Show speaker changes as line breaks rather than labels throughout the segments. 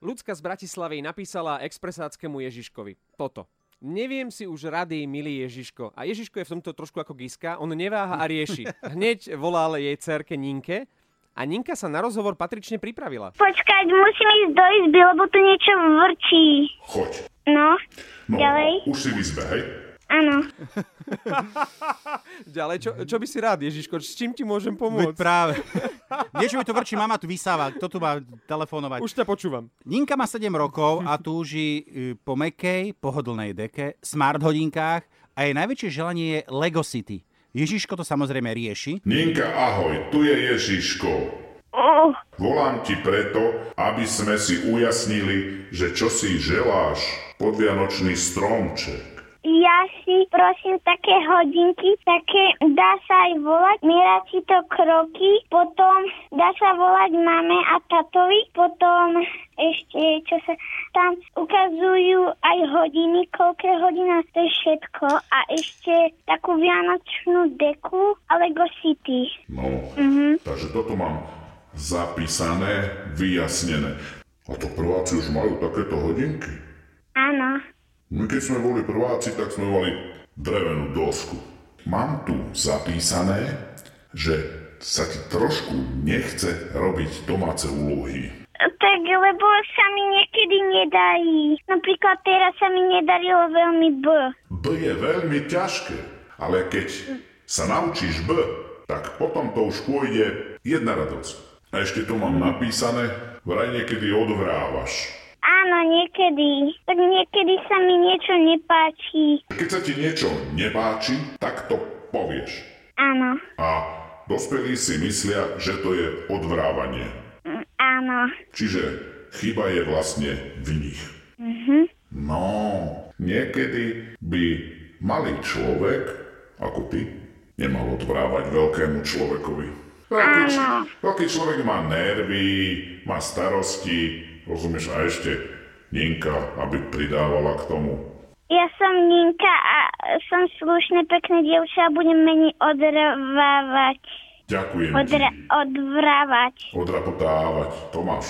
Ľudská z Bratislavy napísala expresáckému Ježiškovi toto. Neviem si už rady, milý Ježiško. A Ježiško je v tomto trošku ako Giska, on neváha a rieši. Hneď volal jej cerke Ninke a Ninka sa na rozhovor patrične pripravila.
Počkať, musím ísť do izby, lebo tu niečo vrčí.
Choď.
No,
No,
Ďalej.
už si v izbe, hej?
áno.
Ďalej, čo, čo by si rád, Ježiško? S čím ti môžem
Veď
pomôcť?
práve. Niečo mi to vrčí, mama tu vysáva, kto tu má telefonovať.
Už ťa počúvam.
Ninka má 7 rokov a túži y, po mekej, pohodlnej deke, smart hodinkách a jej najväčšie želanie je Lego City. Ježiško to samozrejme rieši.
Ninka, ahoj, tu je Ježiško.
Oh,
Volám ti preto, aby sme si ujasnili, že čo si želáš podvianočný stromček.
ja si prosím také hodinky, také dá sa aj volať, miera si to kroky, potom dá sa volať mame a tatovi, potom ešte, čo sa tam ukazujú aj hodiny, koľko je hodina, to je všetko a ešte takú vianočnú deku a Lego City.
No, takže toto mám zapísané, vyjasnené. A to prváci už majú takéto hodinky.
Áno.
My keď sme boli prváci, tak sme mali drevenú dosku. Mám tu zapísané, že sa ti trošku nechce robiť domáce úlohy.
Tak, lebo sa mi niekedy nedarí. Napríklad teraz sa mi nedarilo veľmi B.
B je veľmi ťažké, ale keď sa naučíš B, tak potom to už pôjde jedna radosť. A ešte tu mám napísané, vraj niekedy odvrávaš.
Áno, niekedy. Tak niekedy sa mi niečo nepáči.
Keď sa ti niečo nepáči, tak to povieš.
Áno,
A dospelí si myslia, že to je odvrávanie.
Mm, áno.
Čiže chyba je vlastne v nich. No, niekedy by malý človek, ako ty, nemal odvrávať veľkému človekovi. Veľký, č- veľký človek má nervy, má starosti, rozumieš, a ešte Ninka, aby pridávala k tomu.
Ja som Ninka a som slušné, pekné dievča a budem menej odrvávať.
Ďakujem
Odra-
ti.
odvrávať.
Odrapotávať, Tomáš,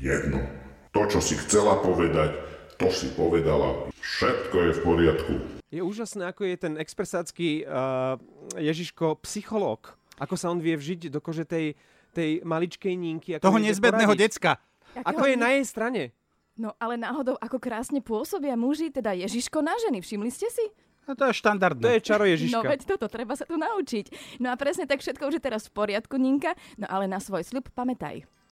jedno. To, čo si chcela povedať, to si povedala. Všetko je v poriadku.
Je úžasné, ako je ten expresácky uh, Ježiško psychológ. Ako sa on vie vžiť do kože tej, tej maličkej ninky. Ako
Toho
jej vie
nezbedného
poradiť.
decka.
Ako je na jej strane.
No ale náhodou, ako krásne pôsobia muži, teda Ježiško na ženy, všimli ste si?
No to je štandardné.
To je čaro Ježiška.
No veď toto, treba sa tu naučiť. No a presne tak všetko už je teraz v poriadku, Ninka, no ale na svoj sľub pamätaj.